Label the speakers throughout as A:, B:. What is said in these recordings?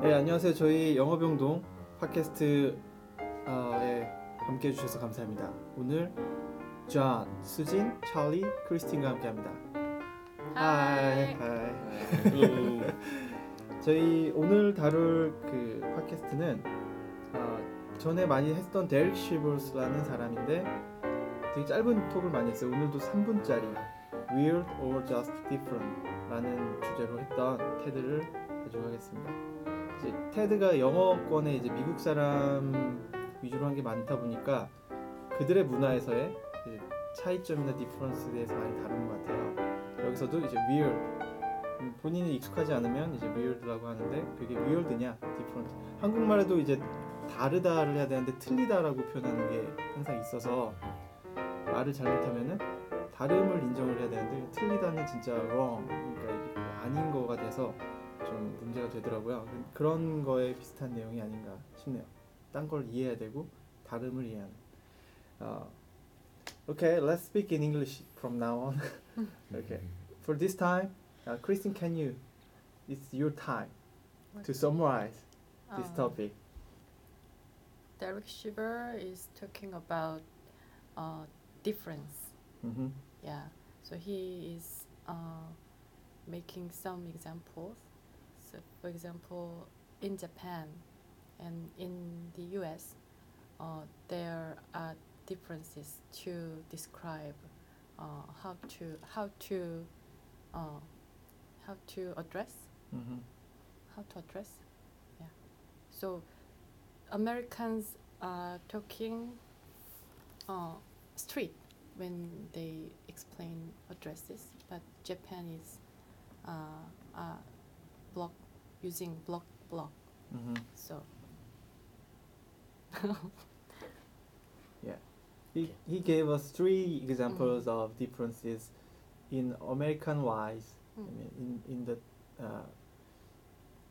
A: 네 안녕하세요 저희 영어병동 팟캐스트 아, 예, 함께 해주셔서 감사합니다 오늘 존, 수진, 찰리, 크리스틴과 함께합니다 하이 하이 음. 저희 오늘 다룰 그 팟캐스트는 아, 전에 많이 했던 데릭 시볼스라는 사람인데 되게 짧은 톡을 많이 했어요 오늘도 3분짜리 Weird or Just Different 라는 주제로 했던 테드를 가져가겠습니다 이제 테드가 영어권에 이제 미국 사람 위주로 한 게 많다 보니까 그들의 문화에서의 이제 차이점이나 디퍼런스에 대해서 많이 다룬 것 같아요. 여기서도 이제 weird 음, 본인이 익숙하지 않으면 이제 weird라고 하는데 그게 weird냐 different 한국말에도 이제 다르다를 해야 되는데 틀리다라고 표현하는 게 항상 있어서 말을 잘못하면은 다름을 인정을 해야 되는데 틀리다는 진짜 wrong 그러니까 이게 아닌 거가 돼서 좀 문제가 되더라고요. 그런 거에 비슷한 내용이 아닌가 싶네요. 딴 걸 이해해야 되고 다름을 이해하는. 어, okay, let's speak in English from now on. okay, for this time, uh, Christine, can you? It's your time to summarize
B: Um.
A: this topic.
B: Derek Shiver is talking about uh, difference.
A: Mm-hmm.
B: Yeah. So he is uh, making some examples. So for example, in Japan and in the U.S., uh, there are differences to describe uh, how to how to uh, how to address
A: Mm-hmm.
B: how to address. Yeah. So Americans are talking uh, street when they explain addresses, but Japan is uh, uh, block using block block.
A: Mm-hmm.
B: So
A: He, he gave us three examples of differences in American wise, I
B: Mm.
A: mean, in, in the uh,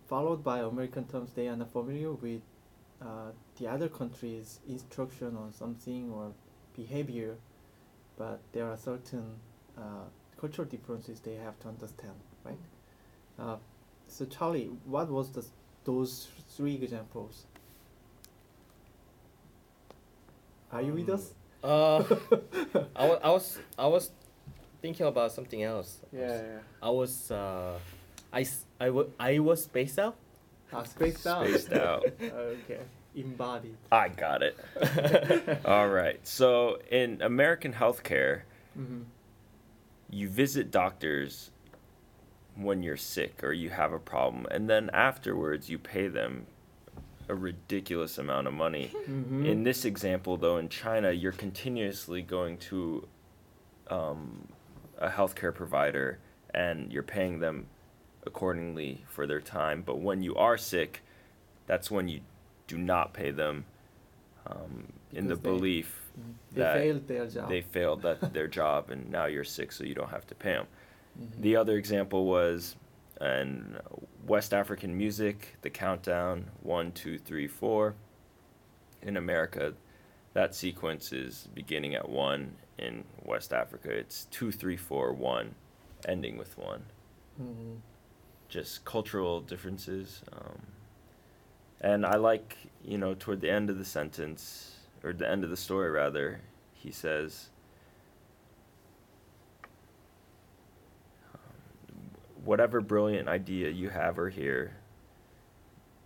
A: followed by American terms they are not familiar with uh, the other countries' instruction on something or behavior, but there are certain uh, cultural differences they have to understand, right? Uh, so Charlie, what was the, those three examples? Are you with
C: Um,
A: us?
C: Uh, I, wa- I was I was thinking about something else.
A: yeah.
C: I was uh, I s- I wa- I was spaced out.
A: Ah, spaced out.
D: Spaced out.
A: okay. Embodied.
D: I got it. All right. So in American healthcare,
A: Mm-hmm.
D: you visit doctors when you're sick or you have a problem, and then afterwards you pay them a ridiculous amount of money.
A: Mm-hmm.
D: In this example, though, in China, you're continuously going to um, a healthcare provider and you're paying them accordingly for their time. But when you are sick, that's when you do not pay them um, in the
A: Because they-
D: belief
A: they
D: that
A: failed their job.
D: they failed at their job and now you're sick, so you don't have to pay them.
A: Mhm.
D: The other example was in West African music, the countdown one, two, three, four. In America, that sequence is beginning at one. In West Africa, it's two, three, four, one, ending with one.
A: Mhm.
D: Just cultural differences. Um, and I like, you know, toward the end of the sentence, or the end of the story rather, he says, um, whatever brilliant idea you have or hear,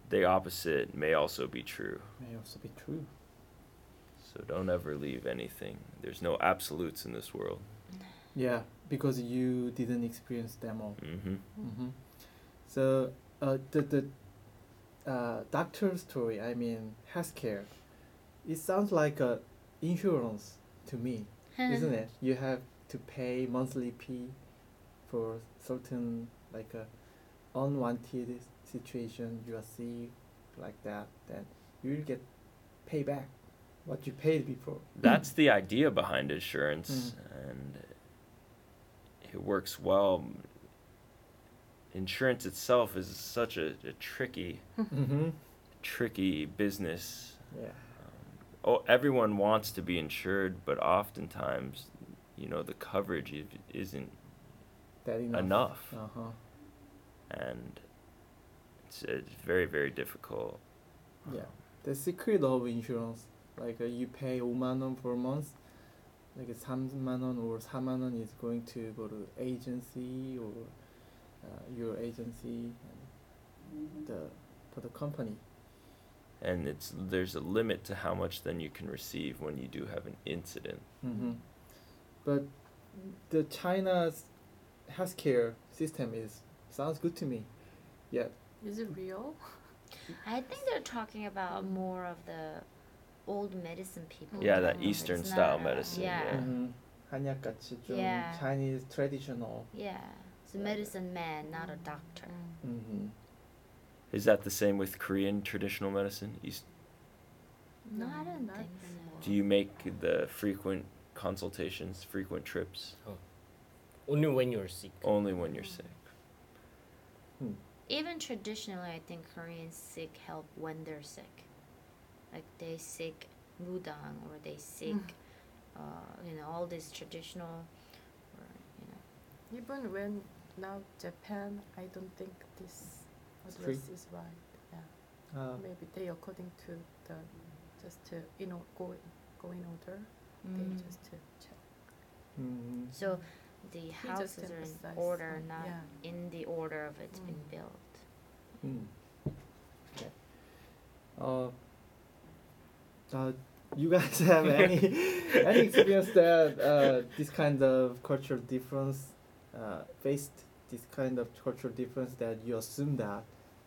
D: the opposite may also be true.
A: May also be true.
D: So don't ever leave anything. There's no absolutes in this world.
A: Yeah, because you didn't experience them all.
D: hmm
A: Mm-hmm. So uh, the the uh, doctor story, I mean healthcare, it sounds like a insurance to me, isn't it? You have to pay monthly fee for certain like a unwanted situation you are see like that, then you will get pay back what you paid before.
D: That's the idea behind insurance, and it works well. Insurance itself is such a, a tricky,
A: mm-hmm.
D: tricky business.
A: Yeah.
D: oh, everyone wants to be insured, but oftentimes, you know, the coverage i- isn't
A: That enough. Uh-huh.
D: enough,
A: Uh huh.
D: and it's, it's very very difficult. Um,
A: Yeah, the secret of insurance, like uh, you pay 5만 원 per month, like uh, 3만 원 or 4만 원 is going to go to agency or uh, your agency
E: Mm-hmm.
A: and the for the company.
D: and it's there's a limit to how much then you can receive when you do have an incident.
A: Mm-hmm. But the China's healthcare system is sounds good to me. Yeah,
B: Is it real?
E: I think they're talking about more of the old medicine people.
D: Yeah, that
E: now.
D: Eastern
E: It's
D: style
E: not-
D: medicine,
E: Yeah.
D: yeah.
A: mm-hmm. 한약같이 좀
E: Yeah.
A: Chinese traditional.
E: Yeah. It's a medicine man, not a doctor.
B: Mm.
A: Mm-hmm.
D: Is that the same with Korean traditional medicine? East,
E: No, I
B: No,
E: don't
B: not
E: think so.
D: do you make the frequent consultations, frequent trips
C: Oh. Only when you're sick.
D: only when you're sick?
A: Hmm.
E: Even traditionally, I think Koreans seek help when they're sick. Like they seek mudang or they seek,
B: Mm.
E: uh, you know, all these traditional, or, you know,
B: Even when now Japan, I don't think this
A: Free.
B: address is right. Yeah,
A: Uh,
B: maybe they according to the just to you know go go in order. They just to check.
A: mm-hmm.
E: Mm. So the
B: just
E: houses are in
B: emphasized
E: order,
B: that,
E: not
B: yeah.
E: in the order of it's been
B: Mm.
E: built.
A: 음. Hmm. Okay. 어, uh, you guys have any any experience that uh, this kind of cultural difference uh, faced this kind of cultural difference that you assume that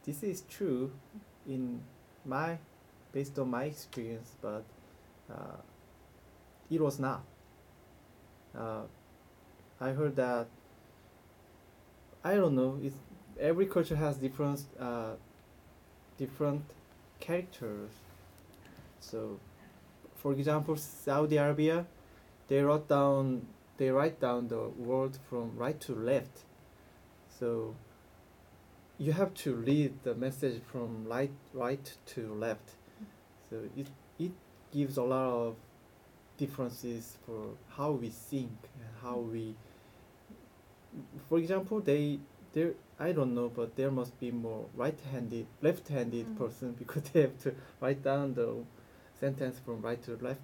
A: this is true in my based on my experience, but uh, it was not. Uh, I heard that I don't know. It's every culture has different uh, different characters. So, for example, Saudi Arabia, they wrote down they write down the word from right to left. So, you have to read the message from right right to left. So it it gives a lot of differences for how we think and how we. For example, they there I don't know, but there must be more right-handed, left-handed
B: Mm.
A: person because they have to write down the sentence from right to left.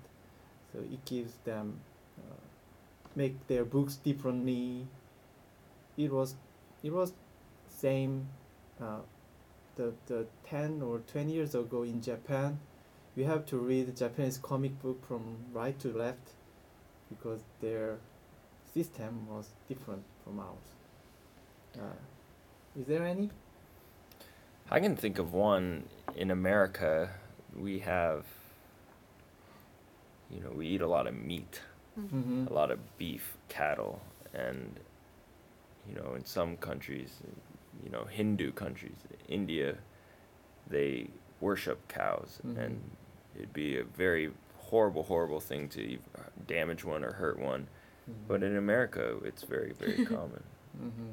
A: So it gives them uh, make their books differently. It was it was same uh, the the ten or twenty years ago in Japan. You have to read Japanese comic book from right to left because their system was different from ours. Uh, is there any?
D: I can think of one in America. We have, you know, we eat a lot of meat,
A: Mm-hmm.
D: a lot of beef, cattle, and, you know, in some countries, you know, Hindu countries, India, they worship cows, and it'd be a very horrible, horrible thing to ev- damage one or hurt one. But in America, it's very, very common.
A: mm-hmm.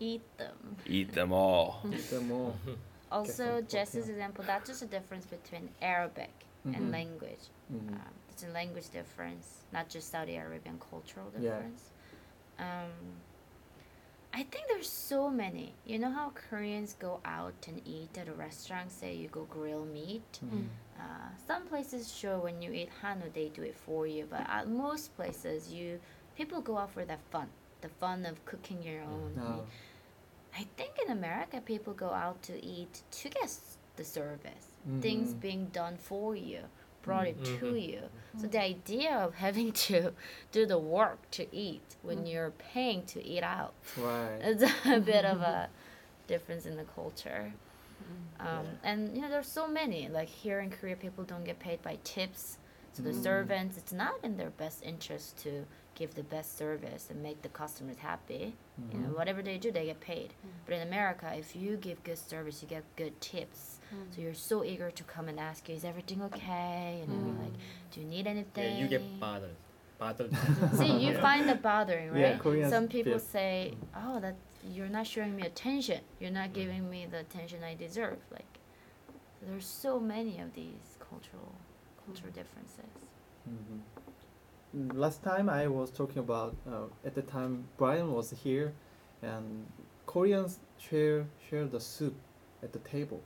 E: Eat them.
D: Eat them all.
A: the more
E: Also,
A: some pork,
E: Jess's
A: yeah.
E: example, that's just a difference between Arabic
A: Mhm.
E: and language.
A: mm-hmm.
E: Um, it's a language difference, not just Saudi Arabian cultural
A: Yeah.
E: difference. Um, I think there's so many. You know how Koreans go out and eat at a restaurant, say you go grill meat?
A: Mm-hmm.
E: Uh, some places sure when you eat hanu they do it for you, but at most places you people go out for the fun, the fun of cooking your own.
A: Mm, No.
E: meat. I think in America people go out to eat to get s- the service, things
A: Mhm.
E: being done for you, brought it to
C: Mhm.
E: you.
B: Mm.
E: So the idea of having to do the work to eat when
C: Mm.
E: you're paying to eat out
A: mm-hmm. Right.
E: it's a bit of a difference in the culture.
B: Mm.
E: Um, And you know, there's so many. Like here in Korea, people don't get paid by tips. So the
A: Mm.
E: servants, it's not in their best interest to give the best service and make the customers happy. You know,
C: Mm.
A: Mhm.
E: whatever they do, they get paid. But in America, if you give good service, you get good tips. So you're so eager to come and ask you, is everything okay? You
A: Mm.
E: know, like, do you need anything?
C: Mm. Yeah, you get bothered. Bothered.
E: See, you find that bothering,
A: Yeah,
E: right?
A: Koreans
E: Some people
A: feel-
E: say, "Oh, that you're not showing me attention. You're not
A: Mm.
E: giving me the attention I deserve." Like, there's so many of these cultural cultural
A: Mm.
E: differences.
A: Mhm. Mm, Last time I was talking about uh, at the time Brian was here, and Koreans share share the soup at the table.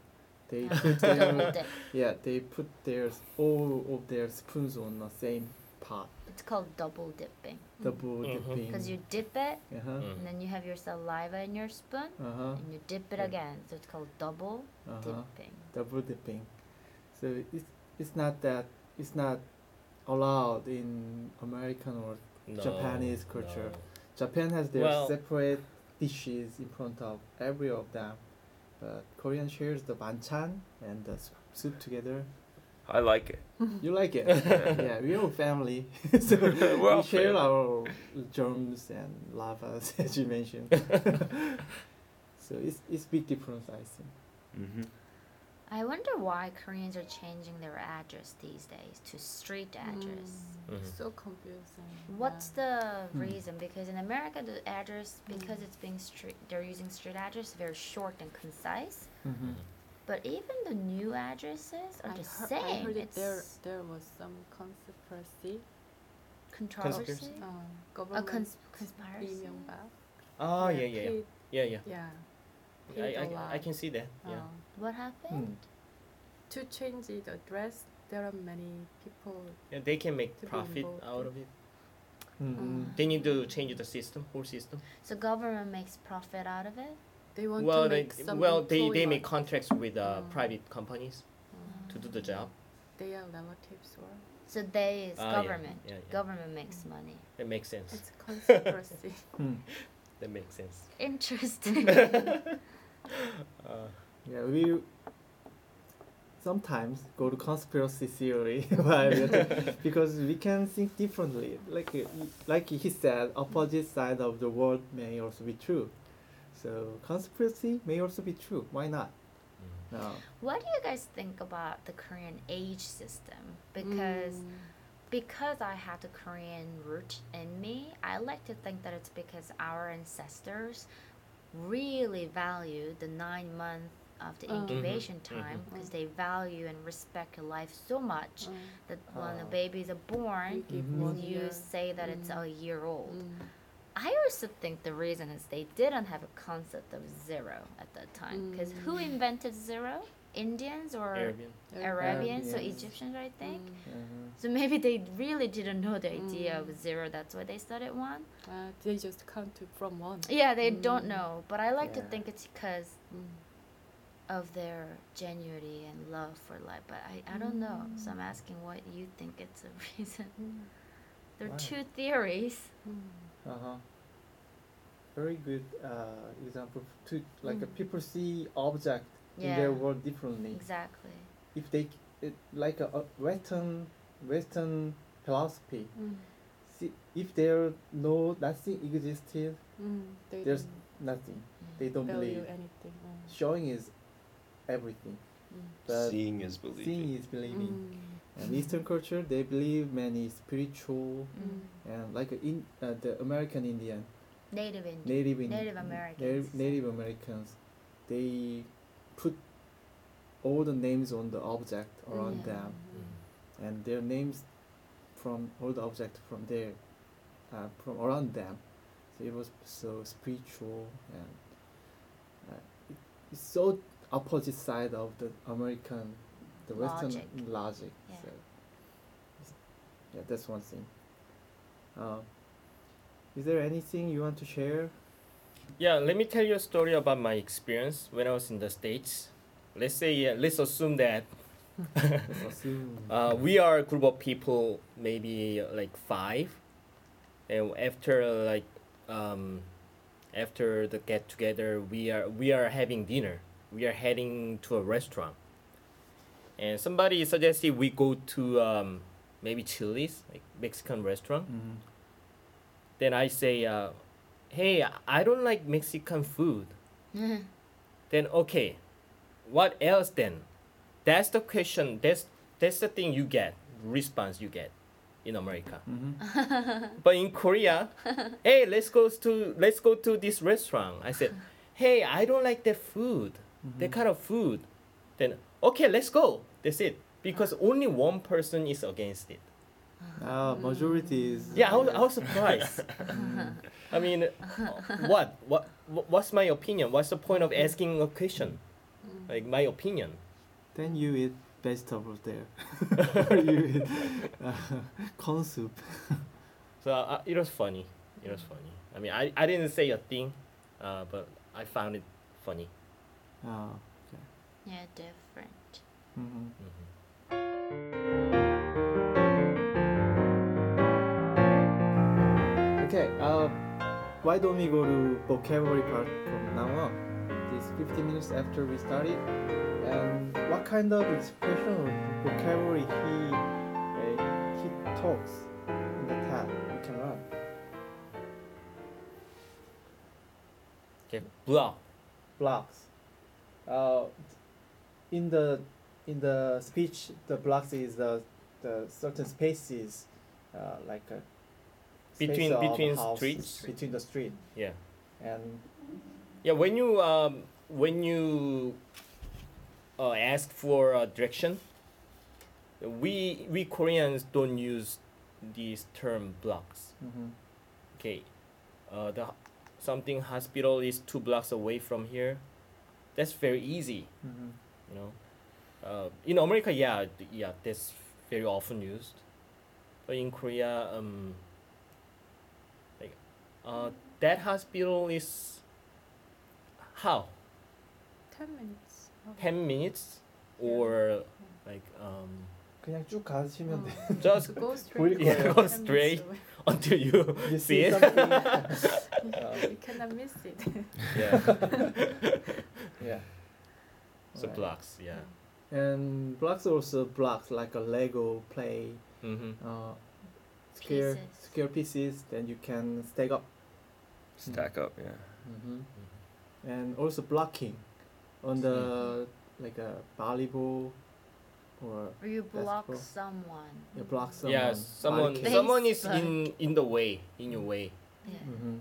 A: They
E: Yeah.
A: put
E: Double
A: their
E: dip.
A: yeah, they put their all of their spoons on the same pot,
E: It's called double dipping
B: Mm.
A: double
C: Mhm.
A: dipping.
E: because you dip it
A: uh huh,
E: and then you have your saliva in your spoon
A: uh huh,
E: and you dip it
C: Mm.
E: again. So it's called double
A: uh huh,
E: dipping.
A: double dipping. So it's it's not that it's not allowed in American or
C: No,
A: Japanese culture.
C: no.
A: Japan has their
C: Well-
A: separate dishes in front of every of them, but Korean shares the banchan and the s- soup together.
D: I like it.
A: You like it? yeah, we're all family, so
D: We're all
A: we share
D: family.
A: our germs and lavas as you mentioned. so it's it's big difference, I think.
D: hmm
E: I wonder why Koreans are changing their address these days to street address.
B: Mm,
D: Mm-hmm.
C: Mhm.
B: So confusing.
E: What's
B: yeah.
E: the
A: Hmm.
E: reason? Because in America, the address,
C: Hmm.
E: because
B: Mm.
E: it's being street, they're using street address, very short and concise.
A: Mm-hmm.
C: Mm.
E: But even the new addresses are
B: I
E: the
B: heard,
E: same.
B: I heard it
E: it's
B: there there was some conspiracy.
E: controversy.
B: Uh,
E: A
B: government
E: cons- conspiracy.
B: 이명박.
C: Oh yeah
B: they
C: yeah yeah
B: paid-
C: yeah yeah.
B: yeah.
C: I,
B: paid a
C: I, I
B: lot.
C: can see that. Yeah.
B: Um,
E: What happened?
C: Hmm.
B: to change the address, there are many people.
C: yeah. They can make
B: To be
C: profit
B: involved
C: out
B: in-
C: of it.
A: Mm-hmm.
E: Mm.
C: They need to change the system, whole system.
E: So government makes profit out of it.
B: They want
C: well,
B: to make
C: they,
B: some
C: well, they, they
B: employment.
C: make contracts with uh,
B: Mm.
C: private companies
B: Mm.
C: to do the job.
B: They are relatives or
E: So they is
C: Ah, yeah,
E: government.
C: yeah, yeah.
E: Government makes
B: Mm.
E: money.
C: That makes sense.
B: it's conspiracy.
A: Mm.
C: that makes sense.
E: Interesting.
C: Uh,
A: Yeah, we sometimes go to conspiracy theory while we're doing- because we can think differently. Like uh, like he said, opposite side of the world may also be true. So conspiracy may also be true. Why not? No.
E: what do you guys think about the Korean age system? Because
B: Mm.
E: because I had the Korean root in me, I like to think that it's because our ancestors really value the nine month of the
B: Mm. Mhm,
E: incubation
C: mhm.
E: time because
B: Mm.
E: they value and respect your life so much
B: Mm.
E: that when the
A: Ah.
E: babies are born,
C: Mm-hmm.
B: give
A: Mhm.
B: one
E: you
B: year.
E: say that it's
B: Mm.
E: a year old.
B: Mm.
E: I also think the reason is they didn't have a concept of zero at that time because who
B: Mm.
E: invented zero? Indians or
C: Arabian.
E: Arabians or
A: Arabians.
E: Egyptians, I think.
B: Mm.
A: Uh-huh.
E: So maybe they really didn't know the idea
B: Mm.
E: of zero. That's why they started one.
B: Uh, they just count to from one.
E: Yeah, they don't
B: Mm.
E: know. But I like to
A: Yeah.
E: think it's because
B: Mm.
E: of their genuity and love for life. But I, I don't know. So I'm asking what you think it's a reason.
B: Mm.
E: There are
A: Wow.
E: two theories.
B: Mm.
A: Uh-huh. Very good uh, example to like uh,
B: Mm.
A: people see object in
E: Yeah.
A: their world differently.
E: Exactly.
A: If they it, like a, a Western Western philosophy,
B: Mm.
A: see, if there no nothing existed,
B: Mm. They
A: There's-
B: don't
A: nothing. They don't
B: value
A: believe.
B: anything. Mm.
A: Showing is everything.
B: Mm.
A: But
D: Seeing is
A: seeing is believing.
E: Mm.
A: And Eastern culture, they believe many spiritual
B: Mm. Mm.
A: and like a in uh, the American Indian,
E: Native Indian.
A: Native Indian,
E: Native Americans.
A: Native, Native Americans, they put all the names on the object around
B: Mm.
E: Yeah.
A: them, and their names from all the object from there, uh, from around them. So it was so spiritual and uh, it, it's so opposite side of the American, the Western
E: Logic.
A: logic.
E: Yeah.
A: So it's- yeah, that's one thing. Uh, is there anything you want to share?
C: Yeah, let me tell you a story about my experience when I was in the States. Let's say, uh, let's assume that
A: Let's assume.
C: uh, we are a group of people, maybe uh, like five, and after uh, like, um, after the get together, we are we are having dinner. We are heading to a restaurant, and somebody suggested we go to um, maybe Chili's, like Mexican restaurant.
A: Mhm.
C: Then I say, uh, hey, I don't like Mexican food. then okay what else then that's the question that's that's the thing you get response you get in america
A: Mhm.
C: but in korea hey let's go to let's go to this restaurant i said hey i don't like that food
A: Mm-hmm. Mm.
C: that kind of food then okay let's go that's it because only one person is against it
A: Ah, majority is.
C: yeah i was, I was surprised
A: Mm.
C: i mean what what what's my opinion what's the point of asking a question
B: Mm.
C: Like my opinion.
A: Then you eat vegetables there. Or you eat uh, corn soup.
C: So uh, it was funny.
B: Mm.
C: It was funny. I mean, I, I didn't say a thing, uh, but I found it funny.
A: 아,
E: Yeah, different.
A: 음,
C: Mhm.
A: Okay, uh, why don't we go to vocabulary part from now on? This 15 minutes after we started. And what kind of expression or vocabulary he uh, he talks in the tab we can learn?
C: Okay, block.
A: Blocks. Uh, in the in the speech, the blocks is the the certain spaces, uh, like a space
C: Between-
A: of
C: between
A: house,
C: streets?
A: between the street
C: Yeah.
A: and
C: Yeah, when you um when you uh, ask for a direction, we we Koreans don't use these term blocks.
A: mhm.
C: Okay, uh, the something hospital is two blocks away from here. That's very easy,
A: Mhm.
C: you know. Uh, in America, yeah, th- yeah, that's very often used. But in Korea, um, like, uh, that hospital is how
B: 10 minutes. Oh.
C: ten minutes or like um
A: 그냥 쭉 가시면 돼.
C: just
B: Oh. go
A: 보일
B: straight.
A: 거예요.
C: Yeah, go straight. until you
A: You
C: see
A: see
C: it.
A: something.
B: You cannot miss it.
C: yeah,
A: yeah.
C: so
A: Alright.
C: blocks. Yeah.
A: And blocks also blocks like a Lego play,
C: Mm-hmm.
A: uh, square
E: Pieces.
A: square pieces. Then you can stack up.
D: Stack up, yeah.
A: Mm-hmm. And also blocking, on the
D: Hmm.
A: like a volleyball, or
E: Or you block
A: cool.
E: someone.
A: you block someone.
C: Yeah, someone
E: Barricade.
C: someone is
E: Like-
C: in in the way, in your way.
E: Yeah.
A: Mm-hmm.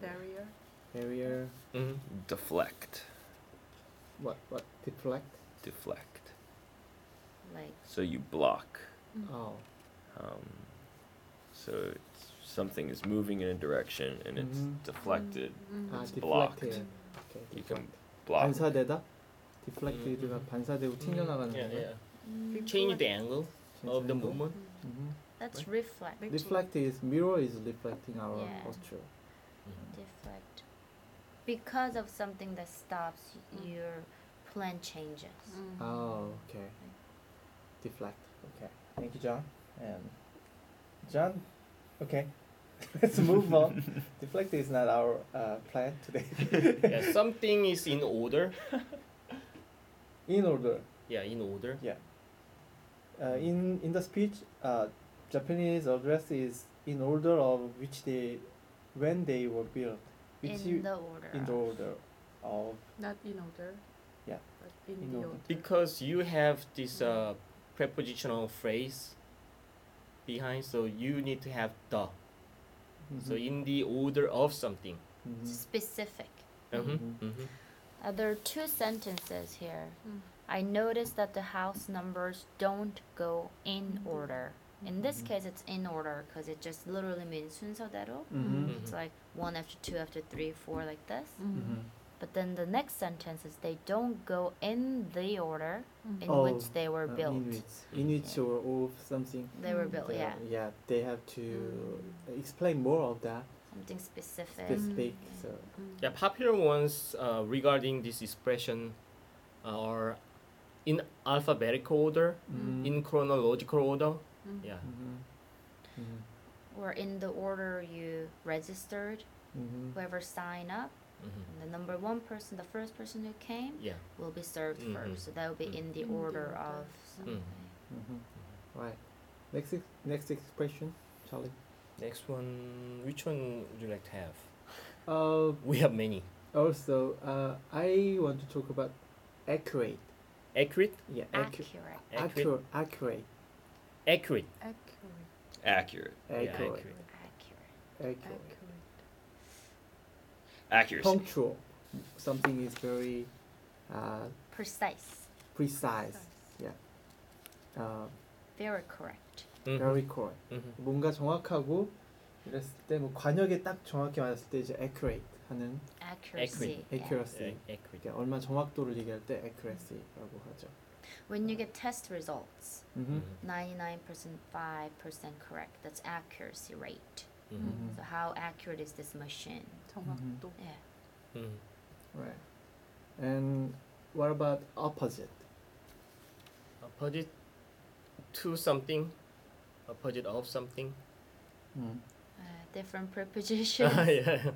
B: Barrier.
A: Barrier.
C: Mm-hmm.
D: Deflect.
A: What what deflect?
D: Deflect.
E: Like
D: So you block.
A: Oh.
D: Um, so it's, something is moving in a direction and it's
A: Mhm.
D: deflected.
B: Mm.
A: 아,
D: It's blocked.
A: deflected. ah,
B: Mm-hmm.
A: Okay,
D: You can
A: deflect.
D: block.
A: 반사되다. deflected가 반사되고 튕겨나가는
C: Hmm. Yeah,
A: 거예요.
C: yeah. Change the angle of the
A: 튕겨나가는 거.
C: movement.
B: Mm-hmm.
A: Mhm.
E: that's reflect.
B: Big
A: Reflect is mirror is reflecting our
E: Yeah.
A: posture.
E: Deflect. Because of something that stops your plan changes.
B: Mm.
A: Oh, okay. Deflect. Okay. Thank you, John. And John. Okay. Let's move on. Deflect is not our uh, plan today.
C: yeah, something is in order.
A: In order.
C: Yeah, in order.
A: Uh, in in the speech, uh, Japanese address is in order of which they, when they were built, which
E: in
A: you,
E: the order.
A: in the
E: of-
A: order of
B: Not in order.
A: Yeah.
B: But in,
A: In
B: the
A: order.
B: order.
C: Because you have this uh, prepositional phrase behind, so you need to have the. So
A: Mhm.
C: in the order of something.
A: Mhm.
E: Specific.
C: Mm-hmm.
A: Mhm.
C: Mm-hmm.
E: Uh, there are two sentences here.
B: Mm.
E: I noticed that the house numbers don't go
B: Mm-hmm.
E: in order. In this
A: Mhm.
E: case, it's in order because it just literally means 순서대로.
A: Mhm.
E: It's
C: Mhm.
E: like one after two after three, four, like this.
A: Mm-hmm.
B: Mm.
E: But then the next sentence is they don't go in the order
B: Mm.
E: in
A: Oh,
E: which they were
A: Uh,
E: built.
A: in which, in which or of something.
E: They were
B: Mm.
E: built,
A: the-
E: yeah. Mm.
A: Yeah, they have to explain more of that
E: Something specific.
A: specific.
E: Mm.
A: So
B: Mm.
C: Yeah, popular ones uh, regarding this expression are in alphabetical order,
A: mm-hmm.
B: Mm.
C: in chronological order.
B: Mm.
C: Yeah.
A: Mhm. Mhm.
E: Or in the order you registered,
A: Mhm.
E: whoever signed up,
C: Mm-hmm.
E: and the number one person, the first person who came,
C: Yeah.
E: will be served
C: Mhm.
E: first. So that will be
C: Mm.
E: in the
B: In the
E: order
B: order.
E: of
C: Hmm.
E: something.
A: Mhm. Right. Next ex- next expression, Charlie.
C: Next one, which one would you like to have?
A: Uh,
C: We have many.
A: also, uh, I want to talk about accurate.
C: Accurate,
A: Yeah, accu-
E: Accurate.
C: accurate,
A: accurate, accurate,
C: accurate.
B: Accurate.
D: Accurate.
A: accurate,
C: accurate.
E: Accurate.
A: accurate,
B: Accurate.
D: Accuracy.
A: punctual. Something is very uh,
E: Precise.
A: precise,
B: Nice.
A: uh,
E: Mm-hmm. Very correct.
A: very correct.
C: Mm-hmm.
A: 뭔가 정확하고 이랬을 때 뭐 관역에 딱 정확히 맞았을 때 이제 accurate 하는
E: accuracy. yeah.
A: accuracy.
C: equity.
A: 그러니까 얼마 정확도를 얘기할 때 accuracy라고 하죠.
E: When you get test results,
C: Mm-hmm.
A: 음.
E: 99%, 5% correct. That's accuracy rate.
C: Mhm.
A: 음.
E: So how accurate is this machine?
A: Mm-hmm.
B: 정확도.
E: Yeah.
C: Mhm.
A: Right. And what about opposite?
C: Opposite to something, opposite of something.
A: 음.
E: Uh, different prepositions.
C: yeah.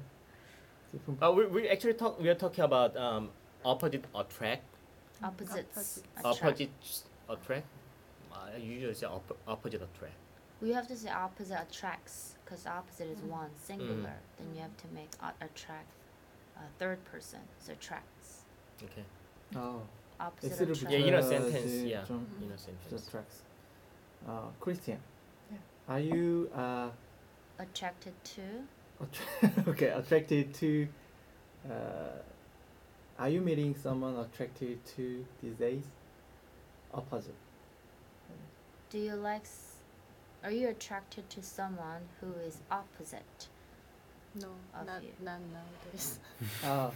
A: 제품
C: Uh, we we actually talk. We are talking about um opposite attract.
A: Mm-hmm.
E: Opposites. attract.
C: Opposite attract. I usually say op- opposite attract.
E: We have to say opposite attracts because opposite
C: Mm.
E: is one singular. Then you have to make a- attract uh, third person. So attracts.
C: Okay.
A: Mm-hmm. 아,
E: Opposite
A: S를
E: attracts.
C: Yeah, you know,
A: 붙여야지
C: sentence, yeah.
A: 좀
C: In a sentence.
A: just tracks. Uh, Christian,
B: Yeah.
A: are you uh,
E: Attracted to.
A: attra- okay attracted to? Uh, are you meeting someone attracted to these days? Opposite.
E: Do you like? S- are you attracted to someone who is opposite?
B: No,
E: Of
B: not
E: you.
B: not nowadays.
A: Ah, then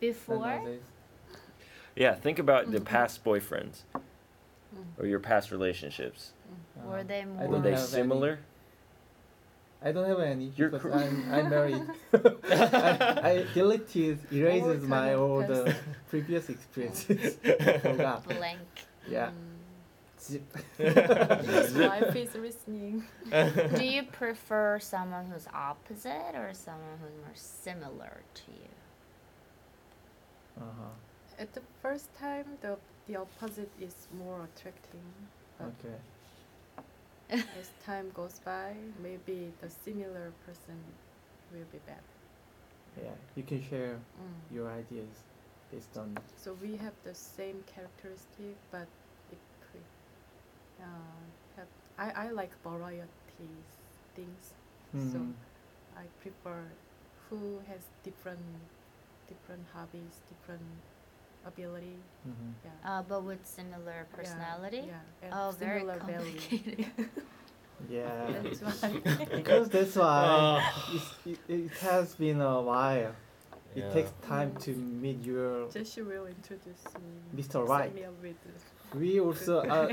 E: Before
A: nowadays.
D: Yeah, think about the
A: Mm-hmm.
B: Mhm.
D: past boyfriends
B: 음.
D: or your past relationships.
A: Uh,
E: were they
A: I
D: Were
A: don't
D: they
A: have any.
E: more?
D: similar?
A: I don't have any
D: You're
A: because
D: cr-
A: I'm I'm married. I, I deleted erases
B: All
A: my
B: kind of
A: all the previous experiences. Forgot.
E: Blank.
A: yeah. Uh-huh.
B: 음,
A: Zip.
B: his wife Mm. is listening.
E: Do you prefer someone who's opposite or someone who's more similar to you?
A: Uh-huh.
B: At the first time, the the opposite is more attracting.
A: Okay.
B: As time goes by, maybe the similar person will be better.
A: Yeah. You can share
B: 음.
A: your ideas based on
B: So we have the same characteristic, but it could uh, have. I, I like varieties things. So
A: Mm.
B: I prefer who has different different hobbies, different ability.
A: Mhm.
B: Yeah.
E: Uh, but with similar
B: Yeah,
E: personality?
B: Yeah. and
E: Oh, very
B: similar value.
E: complicated.
A: Yeah.
B: That's why.
A: because that's why
C: Uh,
A: it's, it, it has been a while. It
C: yeah.
A: takes time to meet your
B: Jesse will introduce me.
A: Mr. Right.
B: Set me up with this.
A: We also uh,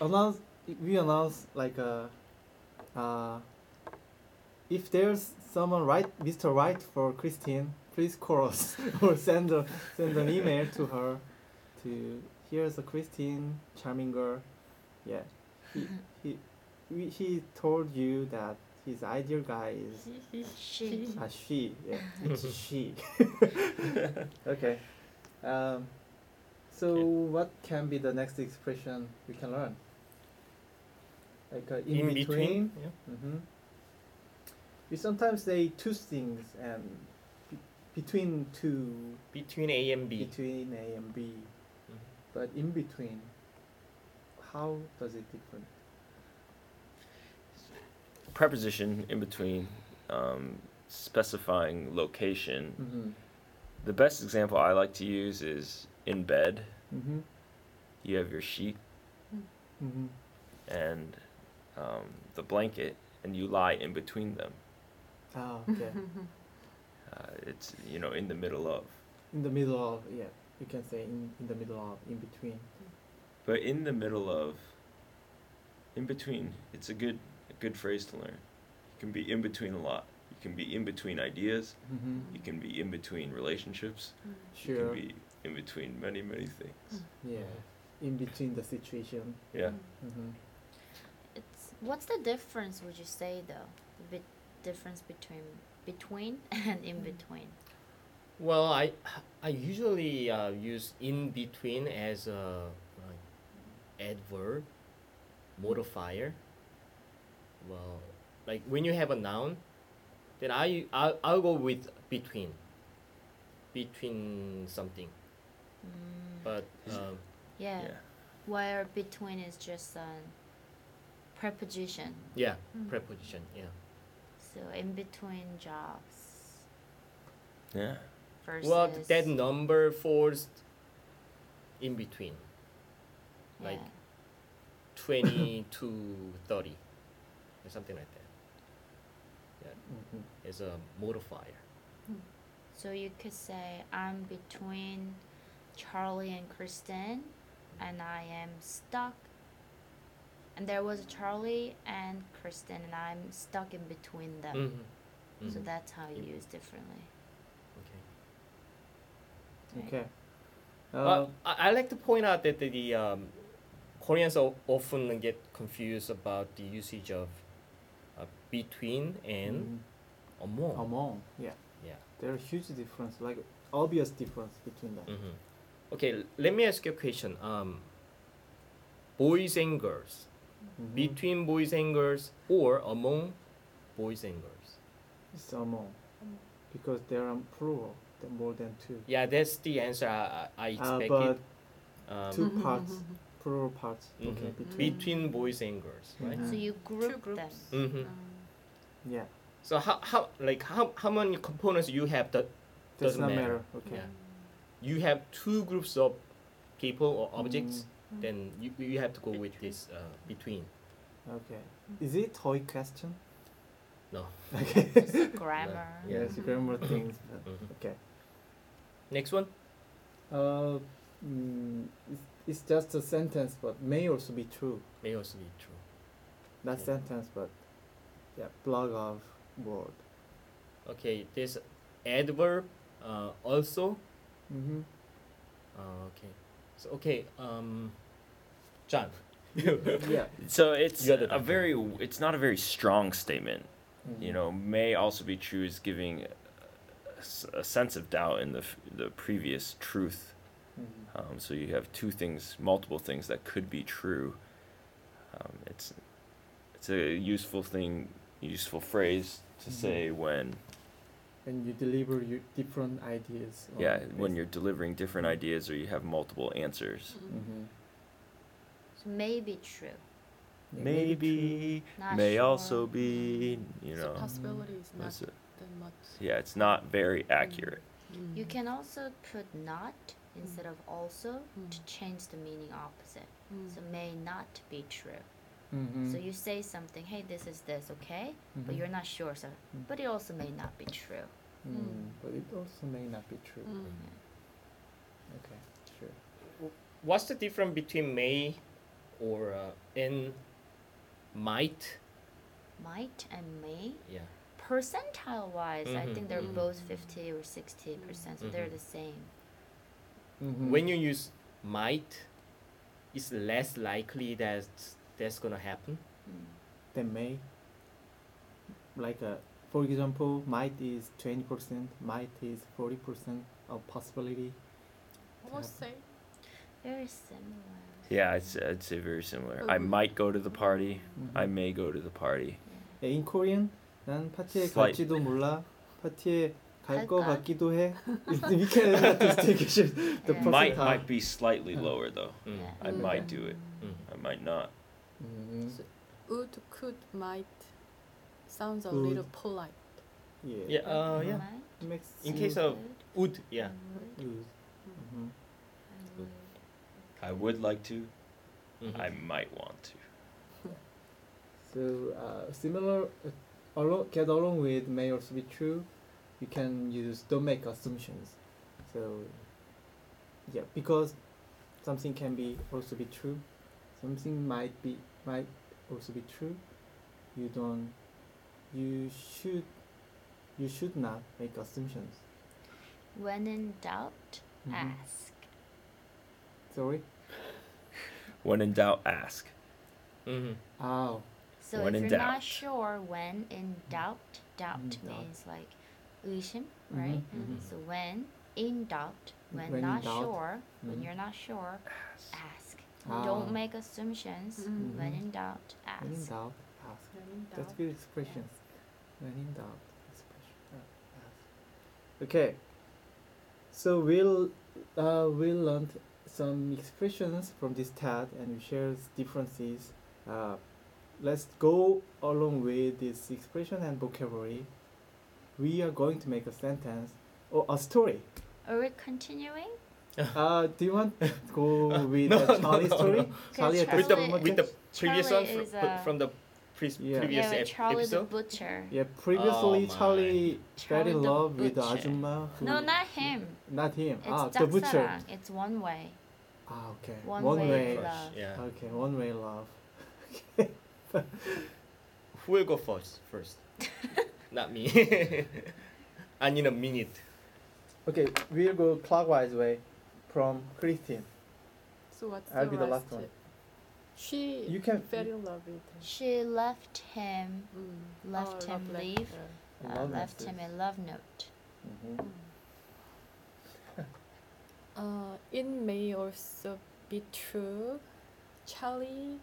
A: announce we announce like a uh, if there's someone right Mr. Right for Christine, please call us or send a, send an email to her to here's a Christine charming girl. Yeah. He he we, he told you that his ideal guy is
E: She.
A: a she. Yeah. It's she. okay. Um so
C: Okay.
A: what can be the next expression we can learn? Like uh, in,
C: in between. Yeah.
A: Mm-hmm. We sometimes say two things and be- between two,
C: Between A and B.
A: between A and B,
C: Mhm.
A: but in between, how does it differ?
D: Preposition in between, um, specifying location.
A: Mm-hmm.
D: The best example I like to use is in bed.
A: Mm-hmm.
D: You have your sheet
A: Mm-hmm.
D: and um, the blanket, and you lie in between them.
A: Ah, okay.
D: Uh, it's you know in the middle of.
A: in the middle of, yeah, you can say in, in the middle of, in between.
D: But in the middle of, in between, it's a good a good phrase to learn. You can be in between a lot. You can be in between ideas.
A: Mm-hmm.
D: You can be in between relationships. You
A: Sure.
D: can be in between many many things.
A: Yeah. In between the situation.
D: Yeah.
A: Mm-hmm.
E: It's, what's the difference, would you say, though? The bit difference between between and in
B: Mm.
E: between?
C: Well, I I usually uh, use in between as a uh, adverb modifier. Well, like when you have a noun, then I I'll, I'll go with between. Between something,
E: Mm.
C: but
D: Is-
C: um,
E: Yeah.
D: Yeah.
E: Where between is just a preposition.
C: yeah,
B: Mm.
C: preposition. Yeah.
E: So in between jobs
D: Yeah.
E: versus.
C: Well, that number falls in between like-
E: yeah.
C: twenty to thirty, or something like that,
A: Mm-hmm.
C: as a modifier.
E: So you could say I'm between Charlie and Kristen, and I am stuck. And there was Charlie and Kristen, and I'm stuck in between them.
C: Mhm.
E: So
D: Mm-hmm.
C: Mhm.
E: that's how you
C: Mhm.
E: use differently.
C: Okay.
E: right?
A: Okay. Uh,
C: Uh, I, I like to point out that the, the um, Koreans o- often get confused about the usage of uh, between and among.
A: Mm-hmm. among, mm, yeah,
C: Yeah.
A: there are huge difference, like obvious difference between them.
C: hmm Okay, l- let me ask you a question. Um, boys and girls, Mm-hmm.
A: Mhm.
C: between boys and girls, or among boys and girls.
A: It's among, because there are plural, there are more than two.
C: Yeah, that's the answer I, I I
A: Uh,
C: expected.
A: but
C: um,
A: two parts, plural parts. Okay,
C: mhm.
E: Mm-hmm.
A: between.
C: between boys and girls, right?
A: Mhm.
E: So you
B: Mm. Two
E: group them.
B: groups.
C: Mm-hmm.
E: Um,
A: Yeah,
C: So how, how like how, how many components you have that
A: does
C: Doesn't
A: not
C: matter.
A: matter. Okay.
C: Yeah. you have two groups of people or objects,
B: Mm.
C: then you, you have to go with this uh, between.
A: Okay. Is it toy question?
C: No.
A: Okay.
E: Just grammar.
C: Yeah.
A: Yes, grammar things. but-
C: Mhm.
A: Okay.
C: Next one.
A: Uh, mm, it's, it's just a sentence, but may also be true.
C: May also be true.
A: Not
C: Yeah.
A: sentence, but yeah, blog of word.
C: Okay, this adverb uh, also.
A: Mm-hmm.
C: Uh, okay. So okay, um, John.
A: Yeah.
D: So it's
C: You had it
D: a
C: up.
D: very it's not a very strong statement. You
A: Mhm.
D: know, may also be true is giving a s- a sense of doubt in the f- the previous truth.
A: Mhm.
D: Um, so you have two things, multiple things that could be true. Um, it's it's a useful thing, useful phrase to
A: Mhm.
D: say when
A: And you deliver your different ideas. on
D: yeah
A: this.
D: when you're delivering different ideas or you have multiple answers.
B: Mm-hmm.
A: Mhm.
E: So maybe true.
A: Yeah,
D: Maybe
E: Not
D: may
E: sure.
D: also be you
B: so
D: know.
B: possibility is not
D: that's it.
B: that much.
D: yeah, it's not very accurate.
B: Mm.
E: You can also put not instead of also to
B: Mm.
E: change the meaning opposite.
B: Mm.
E: So may not be true.
A: true. Mhm.
E: So
D: Mm.
E: you say something, hey, this is this, okay? But
D: Mm-hmm.
A: Mhm.
E: you're not sure, so
A: Mm.
E: but it also may not be true.
A: Mm, But it also may not be true.
B: Mm.
A: Okay. Sure.
C: What's the difference between may or uh, and might?
E: Might and may.
C: Yeah.
E: Percentile wise, I
D: Mm-hmm.
C: Mhm.
E: think they're
B: Mhm.
A: Mm-hmm.
E: both 50 or 60 percent, so they're
C: Mhm.
E: the same.
A: Mhm.
C: When you use might, it's less likely that that's gonna happen.
E: Mm.
A: they may like a for example might is 20% might is 40% of possibility
B: Almost same.
E: Very similar.
D: Yeah, I'd say, I'd say very similar. I
E: Mm-hmm.
B: Mhm.
D: might go to the party.
A: Mhm.
D: I may go to the party.
A: 예, in Korean 난 파티에
D: Slightly.
A: 갈지도 몰라 파티에 갈 거
E: 갈까?
A: 같기도 해 we can not distinguish the
E: Yeah.
D: Might
A: percentile.
D: might be slightly
A: Uh.
D: lower though.
C: Mm.
E: Yeah.
D: I might do it.
C: Mm.
D: I might not.
A: Mhm.
B: So- Would, could, might sounds a
A: Would.
B: little polite.
A: Oh, yeah,
C: Yeah. Uh, yeah.
E: Might,
A: It makes
C: In
A: sense.
C: case of
E: Would.
C: would, yeah.
E: would,
A: Use. Mhm.
E: I
C: Good.
E: would.
D: I would like to.
C: Mhm.
D: I might want to.
A: so uh, similar uh, along, get along with may also be true you can use don't make assumptions so yeah because something can be also be true something might be might also be true you don't you should you should not make assumptions
E: When in doubt,
A: Mhm.
E: ask.
A: sorry
D: When in doubt, ask.
C: Mhm.
A: ow
E: So
D: When
E: if
D: in
E: you're
D: doubt.
E: not sure when in
A: Mm-hmm.
E: doubt, doubt
A: Mm, doubt.
E: means like 의심, right?
A: Mhm,
C: mhm.
E: So when in doubt, when,
A: Mm-hmm. When in
E: not
A: doubt.
E: sure, when
A: Mhm.
E: you're not sure,
D: Ask.
E: ask.
A: Ah.
E: Don't make assumptions.
B: Mm.
E: When
A: Mhm.
E: in doubt, ask.
A: when in doubt ask That's good expressions. When in doubt, expression. uh, ask. Okay. So we'll uh, we learned some expressions from this tab and we share differences. Uh, let's go along with this expression and vocabulary. We are going to make a sentence or a story.
E: Are we continuing?
A: Uh, do you want to go with
C: No,
A: the
C: no,
A: Charlie
C: no,
A: story?
C: no.
A: Charlie at the
C: With the
E: Charlie
A: supermarket?
C: with the previous
E: Charlie
C: one fr-
E: is,
C: fr-
E: uh,
C: from the pre-
A: Yeah.
E: Yeah,
C: previous
E: with
C: ep-
E: Charlie the
C: episode?
E: Butcher.
A: Yeah, previously
C: Oh my.
A: Charlie got
E: Charlie
A: in
E: the
A: love with the
E: Butcher.
A: Azuma. Who,
E: No, not him.
A: not him.
E: It's
A: ah,
E: ah,
A: the butcher.
E: It's one way.
A: Ah, okay.
E: One uh,
A: one way.
E: way love.
C: Crush, yeah.
A: Okay, one way love.
C: Who will go first? First, not me. I need a minute.
A: Okay, we'll go clockwise way from Christine.
B: So what's
A: I'll
B: the
A: be the
B: last
A: last one.
B: tip? She
A: You can-
B: fell in love with him.
E: She left him,
B: Mm.
E: left
B: Oh,
E: him
B: love
E: leave,
B: letter.
E: uh, left him a love note.
A: hmm
B: Uh, it may also be true. Charlie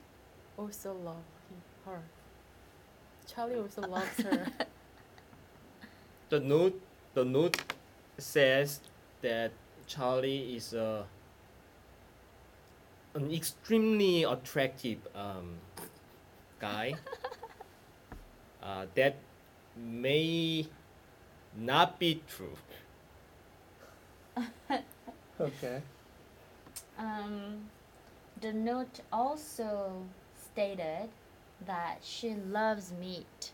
B: also loves her. Charlie also loves her.
C: The note, the note says that Charlie is a an extremely attractive um, guy uh, that may not be true.
A: Okay.
E: Um, the note also stated that she loves meat,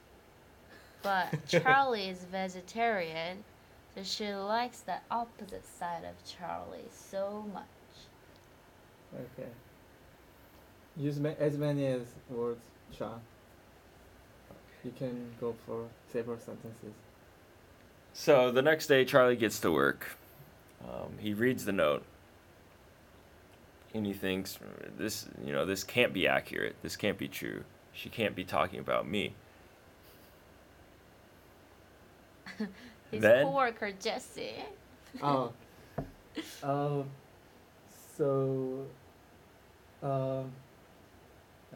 E: but Charlie is vegetarian, so she likes the opposite side of Charlie so much.
A: Okay. Use ma- as many as words, Sean. You can go for several sentences.
D: So the next day, Charlie gets to work. Um, he reads the note, and he thinks, "This, you know, this can't be accurate. This can't be true. She can't be talking about me."
E: His
D: Then-
E: coworker Jesse.
A: Oh. um, so, um,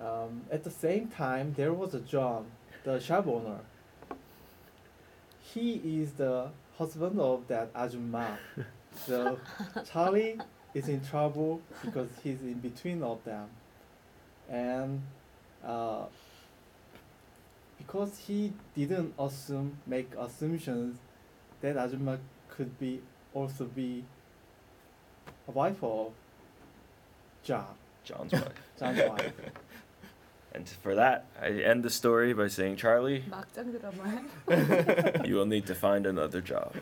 A: um, at the same time, there was a John, the shop owner. He is the husband of that Ajumma. so, Charlie is in trouble because he's in between of them. And, uh, because he didn't assume, make assumptions that Ajumma could be also be a wife of Ja,
D: John's wife.
A: John's wife.
D: And for that, I end the story by saying, "Charlie,
B: 막장 드라마야?
D: you will need to find another job."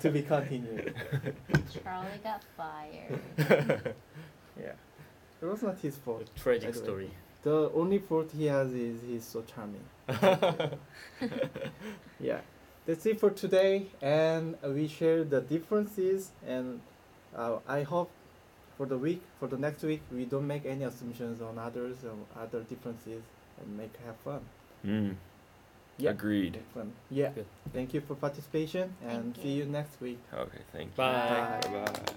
A: to be continued.
E: Charlie got fired.
A: Yeah. It was not his fault.
C: Tragic
A: Anyway.
C: story.
A: The only fault he has is he's so charming. yeah. That's it for today, and we share the differences. And uh, I hope for the week, for the next week, we don't make any assumptions on others or other differences, and make have fun.
D: Mm.
A: Yeah.
D: Agreed.
A: Make fun. Yeah.
C: Good.
A: Thank you for participation, and
E: Thank
A: see
E: you.
A: you next week.
D: Okay. Thank you.
C: Bye.
A: Bye.
D: Bye.